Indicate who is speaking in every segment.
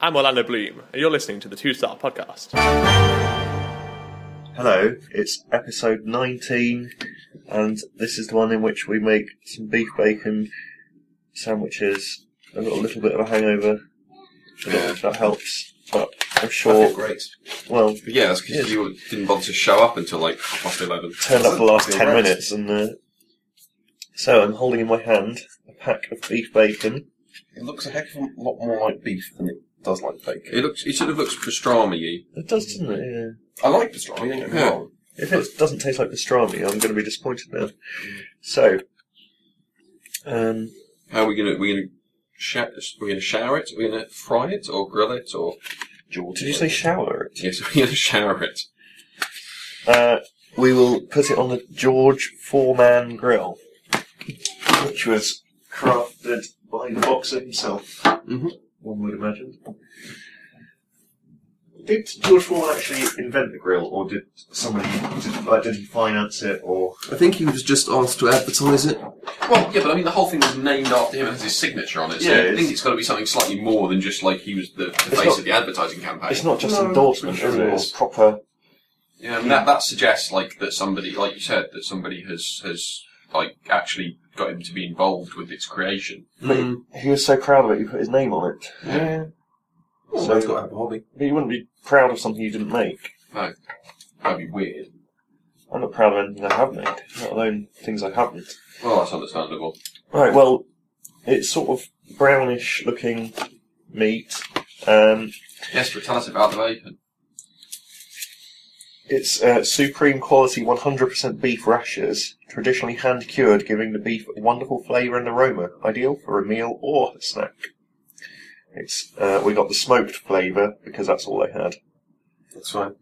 Speaker 1: I'm Orlando Bloom, and you're listening to the Two Star Podcast.
Speaker 2: Hello, it's episode 19, and this is the one in which we make some beef bacon sandwiches. I've got a little bit of a hangover. I don't know if that helps, but I'm
Speaker 3: Oh,
Speaker 2: sure.
Speaker 3: great.
Speaker 2: Well,
Speaker 3: But yeah, that's because you didn't bother to show up until like half past eleven.
Speaker 2: turned up the last
Speaker 3: Feel
Speaker 2: 10
Speaker 3: rest.
Speaker 2: minutes, and uh, so I'm holding in my hand a pack of beef bacon.
Speaker 4: It looks a heck of a lot more like beef than it does like bacon.
Speaker 3: It looks. It sort of looks pastrami-y.
Speaker 2: It does, doesn't it? Yeah.
Speaker 4: I like pastrami, don't get me
Speaker 3: Yeah.
Speaker 4: wrong.
Speaker 2: If it doesn't taste like pastrami, I'm going to be disappointed
Speaker 3: Mm.
Speaker 2: now. So, um,
Speaker 3: How are we gonna? We gonna? Sha- we're gonna shower it. We're gonna fry it or grill it or
Speaker 2: did you say shower it?
Speaker 3: yes, we're gonna shower it.
Speaker 2: Uh, we will put it on the George Foreman grill, which was crafted by the boxer himself.
Speaker 3: Mhm.
Speaker 2: One would imagine. Did George Foreman actually invent the grill, or did somebody did, like, did he finance it, or
Speaker 5: I think he was just asked to advertise it.
Speaker 3: Well, yeah, but I mean, the whole thing was named after him and has his signature on it. So
Speaker 2: Yeah,
Speaker 3: I
Speaker 2: it's-
Speaker 3: think it's got to be something slightly more than just like he was the, the face
Speaker 2: not-
Speaker 3: of the advertising campaign.
Speaker 2: it's not just
Speaker 4: No,
Speaker 2: endorsement,
Speaker 4: pretty
Speaker 2: is
Speaker 4: sure
Speaker 2: it?
Speaker 4: it
Speaker 2: It's
Speaker 4: is.
Speaker 2: proper.
Speaker 3: Yeah, I mean, that that suggests like that somebody, like you said, that somebody has has like actually got him to be involved with its creation.
Speaker 5: Mm.
Speaker 2: He was so proud of it, he put his name on it.
Speaker 4: Yeah.
Speaker 5: Well,
Speaker 2: So-
Speaker 5: man's got to have a hobby.
Speaker 2: But you wouldn't be proud of something you didn't make.
Speaker 3: That'd be weird.
Speaker 2: I'm not proud of anything I have made, let alone things I haven't.
Speaker 3: Well, that's understandable.
Speaker 2: Right, well, it's sort of brownish looking meat. Um,
Speaker 3: Yes, but tell us about the bacon.
Speaker 2: it's uh, supreme quality 100% beef rashers, traditionally hand cured, giving the beef a wonderful flavour and aroma, ideal for a meal or a snack. It's uh, We got the smoked flavour because that's all they had.
Speaker 5: That's fine. Uh,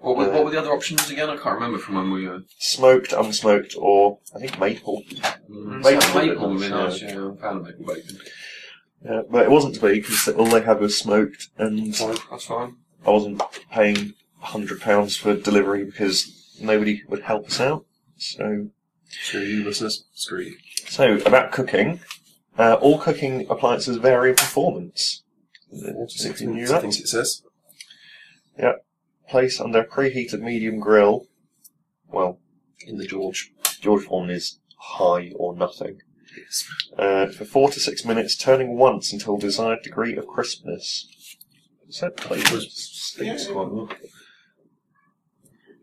Speaker 3: What were,
Speaker 2: Yeah.
Speaker 3: what were the other options again? I can't remember from when we uh, were.
Speaker 2: Smoked, unsmoked, or I think maple.
Speaker 5: Mm-hmm.
Speaker 2: Maple.
Speaker 3: maple would be nice. Yeah, I'm a fan of maple bacon.
Speaker 2: Uh, but it wasn't to be because all they had was smoked, and
Speaker 3: Fine, that's fine.
Speaker 2: I wasn't paying £100 for delivery because nobody would help us out. So
Speaker 5: Screw you, listeners. Screw you.
Speaker 2: So, about cooking, uh, all cooking appliances vary in performance. If you knew
Speaker 5: I
Speaker 2: that.
Speaker 5: think it says.
Speaker 2: Place under a preheated medium grill. Well,
Speaker 5: In the George.
Speaker 2: George Foreman is high or nothing.
Speaker 5: Yes.
Speaker 2: Uh, for four to six minutes, turning once until desired degree of crispness. Is that flavors?
Speaker 5: Stinks quite well.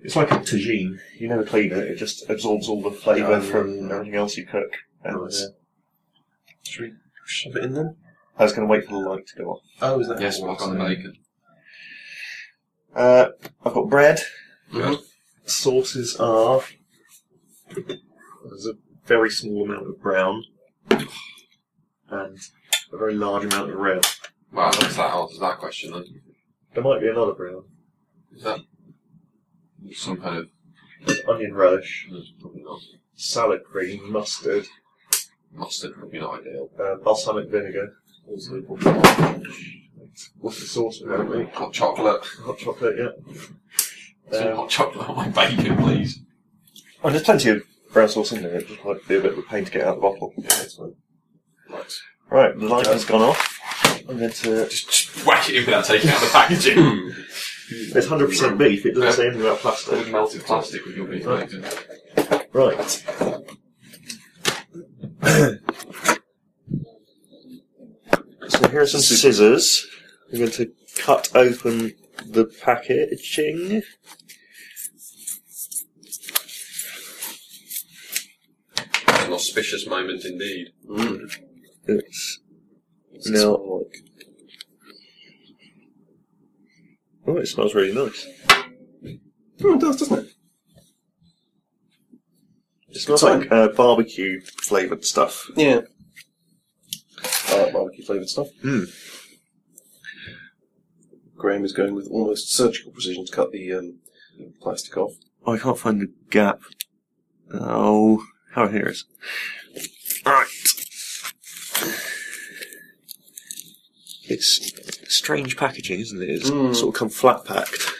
Speaker 2: It's like a tagine. You never clean it, it just absorbs all the flavour
Speaker 5: Yeah,
Speaker 2: from
Speaker 5: yeah.
Speaker 2: everything else you cook. And,
Speaker 5: Nice.
Speaker 2: uh,
Speaker 5: Should we shove it in then?
Speaker 2: I was going to wait for the light to go off.
Speaker 5: Oh, is that
Speaker 3: Yes, what on the bacon?
Speaker 2: Uh, I've got bread.
Speaker 3: Good.
Speaker 2: Sauces are. There's a very small amount of brown and a very large amount of red.
Speaker 3: Well, that's that answers that question then.
Speaker 2: There might be another brown.
Speaker 3: Is that some kind of
Speaker 2: Onion relish,
Speaker 3: no, probably not
Speaker 2: salad cream, mustard,
Speaker 3: mustard? Probably not ideal.
Speaker 2: uh, balsamic vinegar. Also, probably not. what's the sauce about me?
Speaker 3: Hot chocolate.
Speaker 2: Hot chocolate, yeah.
Speaker 3: Some
Speaker 2: Um,
Speaker 3: hot chocolate on my bacon, please.
Speaker 2: oh, there's plenty of brown sauce in there. It just might be a bit of a pain to get out of the bottle.
Speaker 3: Right.
Speaker 2: Right, the light has gone off. I'm going to.
Speaker 3: Just, just whack it in without taking out the packaging.
Speaker 2: It's 100% beef. It doesn't say anything about plastic.
Speaker 3: All melted plastic with your beef
Speaker 2: Right.
Speaker 3: bacon.
Speaker 2: Right. so here are some scissors. I'm going to cut open the packaging.
Speaker 3: An auspicious moment indeed.
Speaker 2: It's now. Oh, it smells really nice.
Speaker 5: Oh, it does, doesn't it?
Speaker 2: It smells like uh, barbecue flavoured stuff.
Speaker 5: Yeah. I like barbecue flavoured stuff.
Speaker 2: Mm.
Speaker 5: Graham is going with almost surgical precision to cut the um, plastic off.
Speaker 2: Oh, I can't find the gap. Oh, how here it is. Right. It's strange packaging, isn't it? It's
Speaker 5: Mm.
Speaker 2: sort of come flat packed.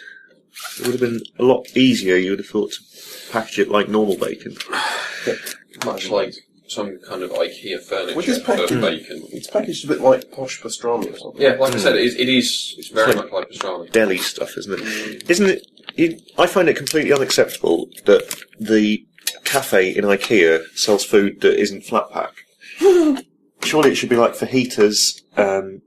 Speaker 2: It would have been a lot easier, you would have thought, to package it like normal bacon.
Speaker 3: Much like some kind of IKEA furniture
Speaker 5: Which is
Speaker 3: for
Speaker 5: packaged-
Speaker 3: bacon.
Speaker 5: It's packaged a bit like posh pastrami or something.
Speaker 3: Yeah, like
Speaker 2: Hmm.
Speaker 3: I said, it is, it is it's very
Speaker 2: It's like-
Speaker 3: much like pastrami.
Speaker 2: deli stuff, isn't it? Isn't it? You, I find it completely unacceptable that the cafe in IKEA sells food that isn't flat pack. Surely it should be like fajitas, um,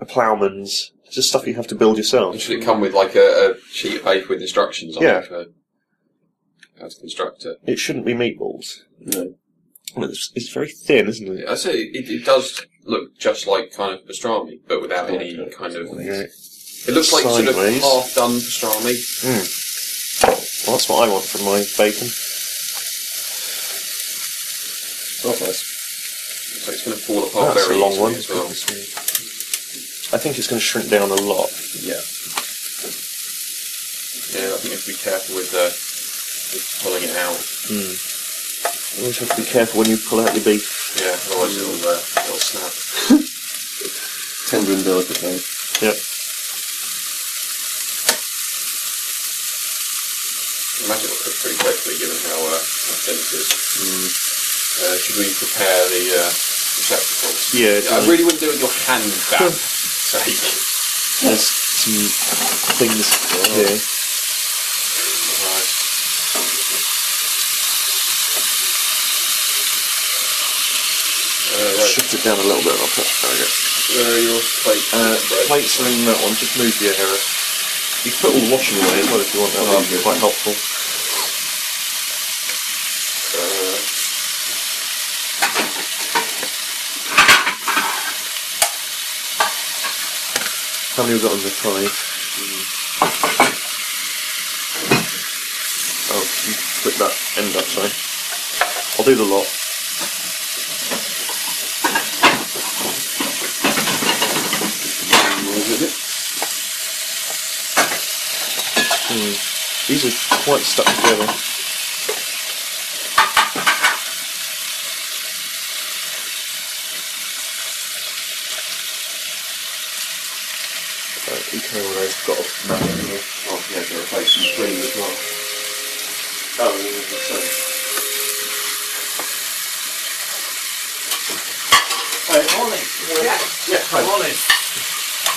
Speaker 2: a ploughman's, just stuff you have to build
Speaker 3: And
Speaker 2: yourself.
Speaker 3: should it come with like a, a sheet of paper with instructions on
Speaker 2: Yeah.
Speaker 3: it for how to construct it?
Speaker 2: It shouldn't be meatballs.
Speaker 5: No.
Speaker 2: Well, It's, it's very thin, isn't it?
Speaker 3: I say it, it does look just like kind of pastrami, but without any kind of.
Speaker 2: Yeah.
Speaker 3: It looks like sort of
Speaker 2: Sideways.
Speaker 3: half done pastrami.
Speaker 2: Well, that's what I want from my bacon.
Speaker 5: Oh, nice.
Speaker 3: So it's going to fall apart
Speaker 2: that's a
Speaker 3: Oh, very
Speaker 2: long
Speaker 3: easily
Speaker 2: one.
Speaker 3: as well.
Speaker 2: I think it's going to shrink down a lot.
Speaker 5: Yeah.
Speaker 3: Yeah, I think you have to be careful with, uh, with pulling it out.
Speaker 2: You always have to be careful when you pull out your beef.
Speaker 3: Yeah, otherwise it'll, uh, it'll snap.
Speaker 5: Tender and delicate thing.
Speaker 2: Yep.
Speaker 3: I imagine it'll cook pretty quickly given how, uh, how thin it is. Uh, should we prepare the uh, receptacles?
Speaker 2: Yeah,
Speaker 3: Yeah, I
Speaker 2: it's-
Speaker 3: really wouldn't do it with your hand back. sake.
Speaker 2: There's some things here.
Speaker 3: Right. Uh, right.
Speaker 2: Shift it down a little bit and I'll put there we go.
Speaker 3: Where are your plates?
Speaker 2: Uh,
Speaker 3: Right.
Speaker 2: plates are in that one, just move your error. You can put all the washing away as well if you want that, that'd be quite helpful. Uh, How many we got on the five? Oh, you flip that end up, sorry. I'll do the lot. These are quite stuck together.
Speaker 6: Right, each one of those got a man in here. Oh, yeah, to replace some screen as well. Oh, yeah,
Speaker 7: Hey, Ollie. Yeah. Ollie.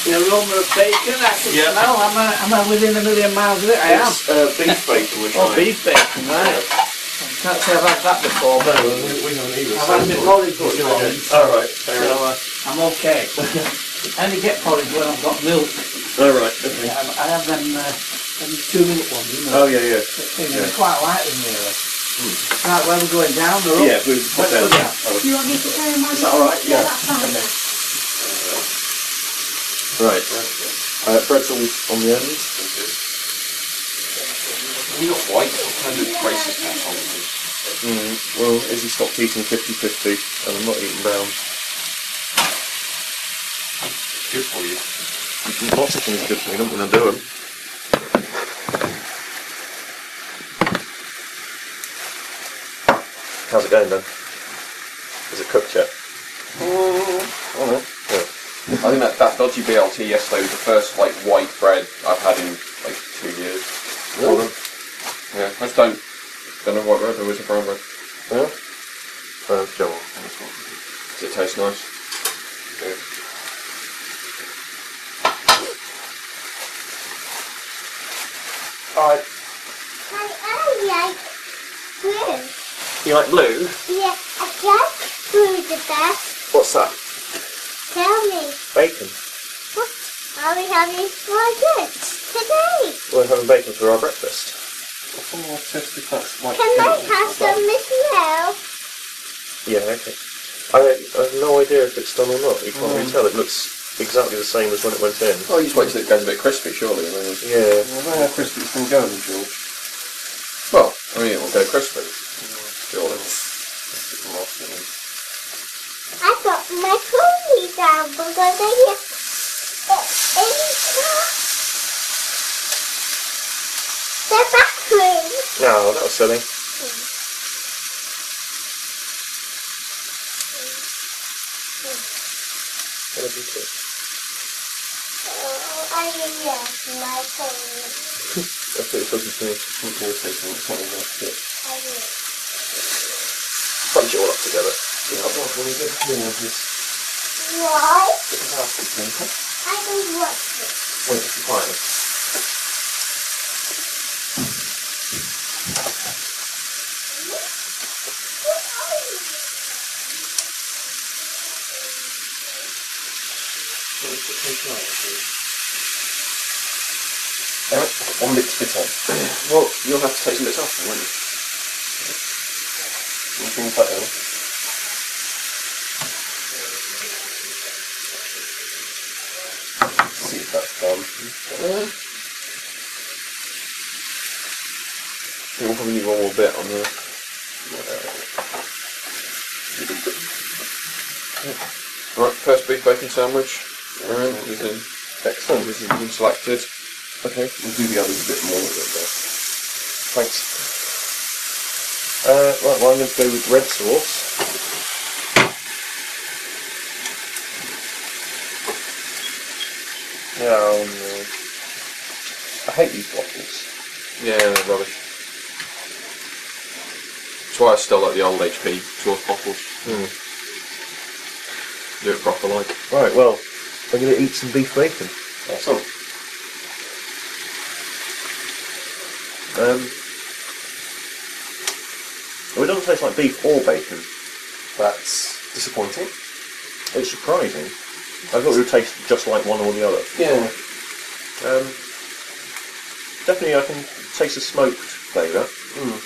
Speaker 7: The aroma of bacon, I can
Speaker 6: Yeah.
Speaker 7: smell. Am I, am I within a million miles of it? I am.
Speaker 6: It's uh, beef bacon we're
Speaker 7: Oh,
Speaker 6: trying.
Speaker 7: beef bacon, right. I can't say I've had that before, but
Speaker 6: No, we, we haven't either.
Speaker 7: I've had a bit of porridge but you know,
Speaker 6: Alright, fair
Speaker 7: so
Speaker 6: enough.
Speaker 7: uh, I'm okay. I only get porridge when I've got milk.
Speaker 2: Oh,
Speaker 6: Alright, okay.
Speaker 7: I, I have them, uh, them two minute ones, you know.
Speaker 6: Oh, yeah, yeah.
Speaker 7: They're quite light in there. Right, where we're going down the road.
Speaker 6: Yeah, we pop
Speaker 7: What's
Speaker 6: that
Speaker 7: that?
Speaker 6: down.
Speaker 8: You want me to carry mine? Is
Speaker 6: that all right? Yeah.
Speaker 8: that's fine.
Speaker 5: Right.
Speaker 2: Uh, bread's on, on the end.
Speaker 3: Have you got white? What kind of places can I hold?
Speaker 2: Mm, well, Izzy stopped eating 50-50 and I'm not eating brown.
Speaker 3: Good for you.
Speaker 2: Lots of things are good for me, don't want to do them. How's it going then? Is it cooked yet? Mm.
Speaker 9: I think that, that dodgy BLT yesterday was the first like white bread I've had in like two years.
Speaker 2: Really?
Speaker 9: Yeah, I just don't don't know what bread there is a brown bread.
Speaker 2: Yeah? Uh, go on.
Speaker 9: Does it taste nice? Yeah.
Speaker 2: Alright.
Speaker 8: I, I like blue.
Speaker 2: You like blue?
Speaker 8: Yeah, I like blue the best.
Speaker 2: What's that?
Speaker 8: Tell me,
Speaker 2: Bacon.
Speaker 8: what are we having for lunch today?
Speaker 2: We're having bacon for our breakfast.
Speaker 6: Oh, I've tested that. Like,
Speaker 8: Can I have some with you?
Speaker 2: Yeah, okay. I, I have no idea if it's done or not. You can't really tell. It looks exactly the same as when it went in.
Speaker 3: Oh, you just wait till it goes a bit crispy, surely. and then-
Speaker 2: Yeah.
Speaker 6: I don't know how crispy it's been going, George.
Speaker 3: Well, I mean, it will go crispy. Surely.
Speaker 8: I got my cookies down because I get in the bathroom.
Speaker 2: No, that was silly. What have you put?
Speaker 8: Oh, I love my phone.
Speaker 2: That's what it was talking to me.
Speaker 8: I love.
Speaker 5: bunch it all up together.
Speaker 8: Why? I don't want this. What are you?
Speaker 5: Eric, one bit to time.
Speaker 3: Well, you'll have to take some bits off, then, won't you?
Speaker 5: Nothing quite ill. See if that's done.
Speaker 3: I think we'll probably need one more bit on the. Right, first beef bacon sandwich. Aaron, is in.
Speaker 5: Excellent.
Speaker 3: This has been selected.
Speaker 5: Okay, we'll do the others a bit more. Thanks.
Speaker 2: Uh, right, well, I'm going to go with red sauce. Oh, no. I hate these bottles.
Speaker 3: Yeah, they're rubbish. That's why I still like the old HP sauce bottles.
Speaker 9: Hmm.
Speaker 3: Do it proper like.
Speaker 2: Right, well, I'm going to eat some beef bacon.
Speaker 5: Excellent.
Speaker 2: Um, well, it doesn't taste like beef or bacon.
Speaker 5: That's disappointing.
Speaker 2: It's surprising. I thought it would taste just like one or the other.
Speaker 5: Yeah.
Speaker 2: Um, definitely, I can taste the smoked flavour.
Speaker 5: Hmm.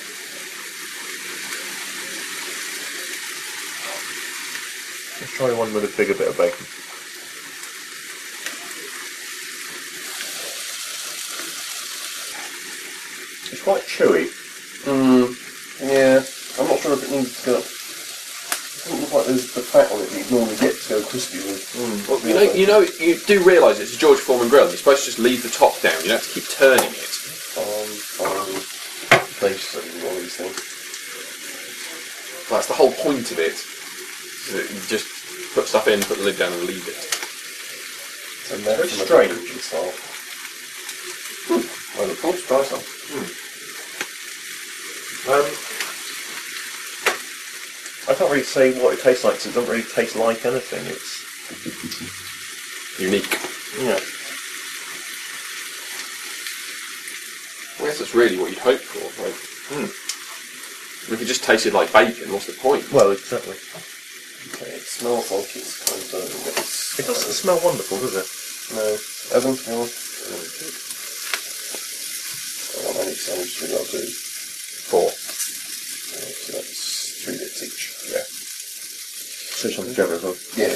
Speaker 2: Let's try one with a bigger bit of bacon. It's quite chewy.
Speaker 5: Yeah. I'm not sure if it needs to go. It doesn't look like there's the fat on it that you normally get to go crispy with.
Speaker 3: Well, you know, you know, you do realise it's a George Foreman grill. You're supposed to just leave the top down. You don't have to keep turning it.
Speaker 5: Um, um, place and all these things.
Speaker 3: That's the whole point of it. Is that you just put stuff in, put the lid down, and leave it.
Speaker 5: It's American
Speaker 2: strange.
Speaker 5: American style. I look forward to try some.
Speaker 2: Um, I can't really say what it tastes like 'cause it doesn't really taste like anything. It's
Speaker 3: Unique.
Speaker 2: yeah.
Speaker 3: I guess that's really what you'd hope for. Like, hmm. If it just tasted like bacon, what's the point?
Speaker 2: Well, exactly.
Speaker 5: Okay, it smells like it's kind of burning, but it's
Speaker 2: It doesn't smell wonderful, does it?
Speaker 5: No. Evan, you want? I want any sandwich we got to do.
Speaker 3: For
Speaker 5: So that's three bits each.
Speaker 2: Fish on the jabber as well.
Speaker 5: Yeah.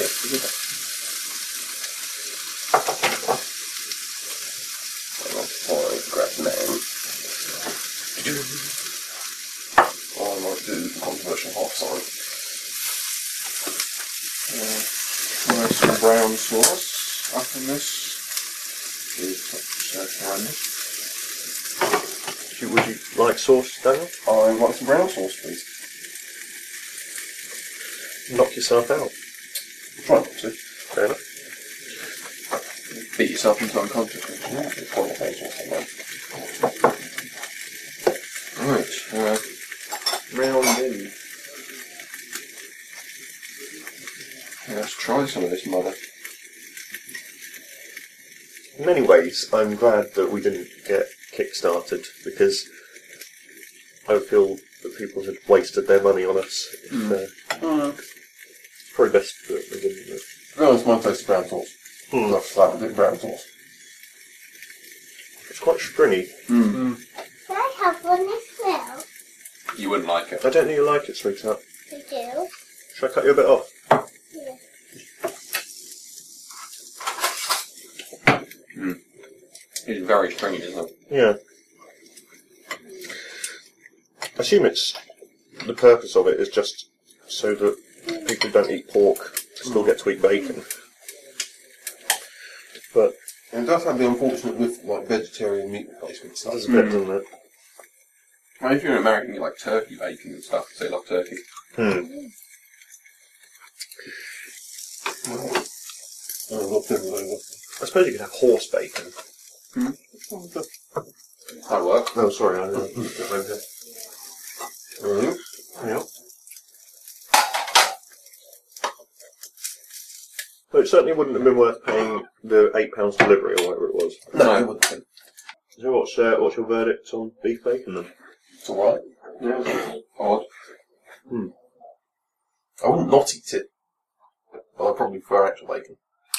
Speaker 5: Five grab name. I might do the controversial half side.
Speaker 10: Nice some brown sauce up in this. It's not so horrendous.
Speaker 2: Do you- Would you like sauce, Daniel?
Speaker 5: I want some brown sauce, please.
Speaker 2: Knock yourself out.
Speaker 5: Try not to.
Speaker 2: Fair enough.
Speaker 10: Beat yourself into unconsciousness.
Speaker 5: Yeah, it's quite a brown sauce on that.
Speaker 10: Right, uh, round in. Let's try some of this mother.
Speaker 2: In many ways, I'm glad that we didn't get kickstarted because I would feel that people had wasted their money on us. If, uh, Probably best that we didn't. do it.
Speaker 5: No, it's my taste of brown sauce. I love flavoured in brown sauce.
Speaker 2: It's quite stringy.
Speaker 8: Can I have one as well?
Speaker 11: You wouldn't like it.
Speaker 2: I don't think you like it, sweetheart.
Speaker 8: I do.
Speaker 2: Should I cut you a bit off?
Speaker 8: Yes.
Speaker 11: It's very stringy, isn't it?
Speaker 2: Yeah. I assume it's the purpose of it is just so that people who don't eat pork still get to eat bacon. But
Speaker 5: And it does have the unfortunate with like vegetarian meat replacement
Speaker 2: it
Speaker 5: stuff.
Speaker 2: does fit, doesn't it?
Speaker 11: Well, if you're an American, you like turkey bacon and stuff because they love turkey.
Speaker 5: And I love them over.
Speaker 2: I suppose you could have horse bacon.
Speaker 11: That
Speaker 2: Oh,
Speaker 11: work.
Speaker 2: No, sorry, I didn't get over here.
Speaker 5: Alright.
Speaker 2: Yeah. But it certainly wouldn't have been worth paying the eight pounds delivery or whatever it was.
Speaker 5: No, it wouldn't be.
Speaker 2: So what's uh, what's your verdict on beef bacon then?
Speaker 5: It's alright.
Speaker 4: Yeah. Odd.
Speaker 5: Hmm. I wouldn't not eat it. Well, I probably prefer actual bacon.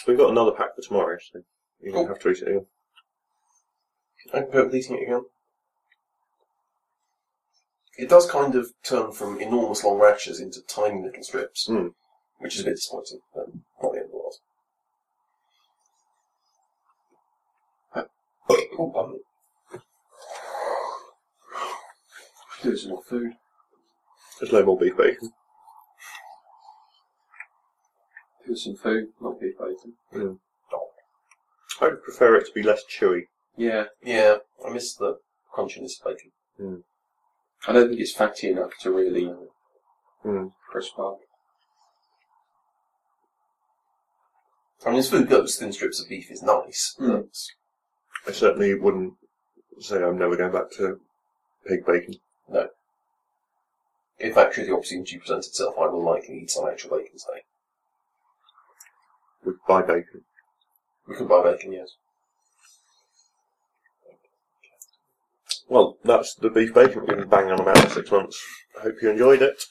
Speaker 2: We've got another pack for tomorrow, so you don't
Speaker 5: Oh.
Speaker 2: have to eat it again.
Speaker 5: I'm prepared with eating it again. It does kind of turn from enormous long rashers into tiny little strips,
Speaker 2: Hmm.
Speaker 5: which is a bit disappointing, but not the end of the world. Oh, pardon me.
Speaker 4: Do some more food.
Speaker 2: There's no more beef bacon.
Speaker 4: Do some food. Not beef bacon.
Speaker 2: I would prefer it to be less chewy.
Speaker 4: Yeah.
Speaker 5: Yeah, I miss the crunchiness of bacon.
Speaker 4: I don't think it's fatty enough to really
Speaker 2: Hmm.
Speaker 4: crisp up.
Speaker 5: I mean, as food goes, thin strips of beef is nice.
Speaker 4: Hmm.
Speaker 2: I
Speaker 5: But
Speaker 2: certainly wouldn't say I'm never going back to pig bacon.
Speaker 5: if actually the opportunity presents itself, I will likely eat some actual bacon today.
Speaker 2: We'd buy bacon.
Speaker 5: We could buy bacon, yes.
Speaker 2: Well, that's the beef bacon we've been banging on about for six months. I hope you enjoyed it.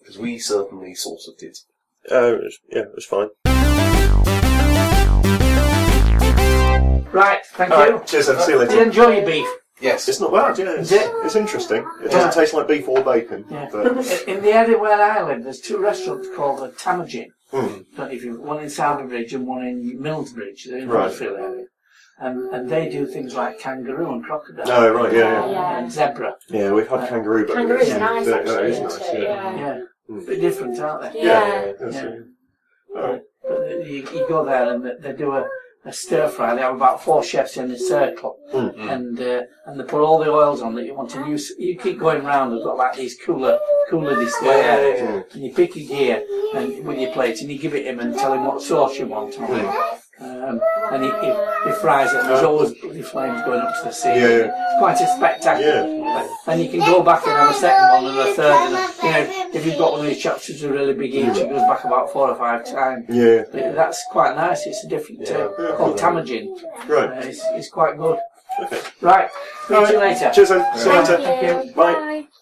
Speaker 5: Because we certainly sort of did.
Speaker 2: Uh, it was, yeah, it was fine.
Speaker 7: Right, thank
Speaker 2: All
Speaker 7: you.
Speaker 2: right, cheers then. See you
Speaker 7: Did you
Speaker 2: later.
Speaker 7: enjoy your beef?
Speaker 5: Yes.
Speaker 2: It's not bad, yeah. It's,
Speaker 7: Is it?
Speaker 2: it's interesting. It doesn't taste like beef or bacon.
Speaker 7: Yeah.
Speaker 2: But
Speaker 7: In- In the area where I live, there's two restaurants called the Tamagin.
Speaker 2: Hmm.
Speaker 7: Don't know if you one in Sounderbridge and one in Millsbridge, they're in
Speaker 2: Right.
Speaker 7: Huddersfield area. And, and they do things like kangaroo and crocodile.
Speaker 2: no, Oh, right, yeah, yeah.
Speaker 8: Yeah.
Speaker 7: And zebra.
Speaker 2: Yeah, we've had kangaroo, but
Speaker 8: Kangaroo's
Speaker 2: yeah,
Speaker 8: nice,
Speaker 2: that-
Speaker 8: actually.
Speaker 2: that is
Speaker 8: isn't
Speaker 2: nice, yeah.
Speaker 8: it? yeah.
Speaker 7: Yeah.
Speaker 2: Hmm.
Speaker 7: Bit different, aren't they?
Speaker 8: Yeah.
Speaker 2: that's
Speaker 7: Yeah.
Speaker 2: it. All right.
Speaker 7: But you, you go there and they, they do a, a stir fry. They have about four chefs in a circle,
Speaker 2: Mm.
Speaker 7: and uh, and they put all the oils on that you want, and you s- you keep going round. They've got like these cooler cooler display areas, and you pick your gear and with your plate, and you give it him and tell him what sauce you want on it. Um, and he, he, he fries it, and there's always bloody flames going up to the ceiling.
Speaker 2: Yeah,
Speaker 7: It's Quite a spectacular. And you can go back and have a second one and a third. And a, you know, if you've got one of these chaps who's a really big eater, it goes back about four or five times.
Speaker 2: Yeah,
Speaker 7: Yeah, that's quite nice. It's a different
Speaker 2: Yeah.
Speaker 7: uh, called Tamagin. Uh,
Speaker 2: right.
Speaker 7: it's, it's quite good. Right, see you later.
Speaker 2: Cheers then. See you later.
Speaker 8: Thank you.
Speaker 2: Bye.
Speaker 8: Bye.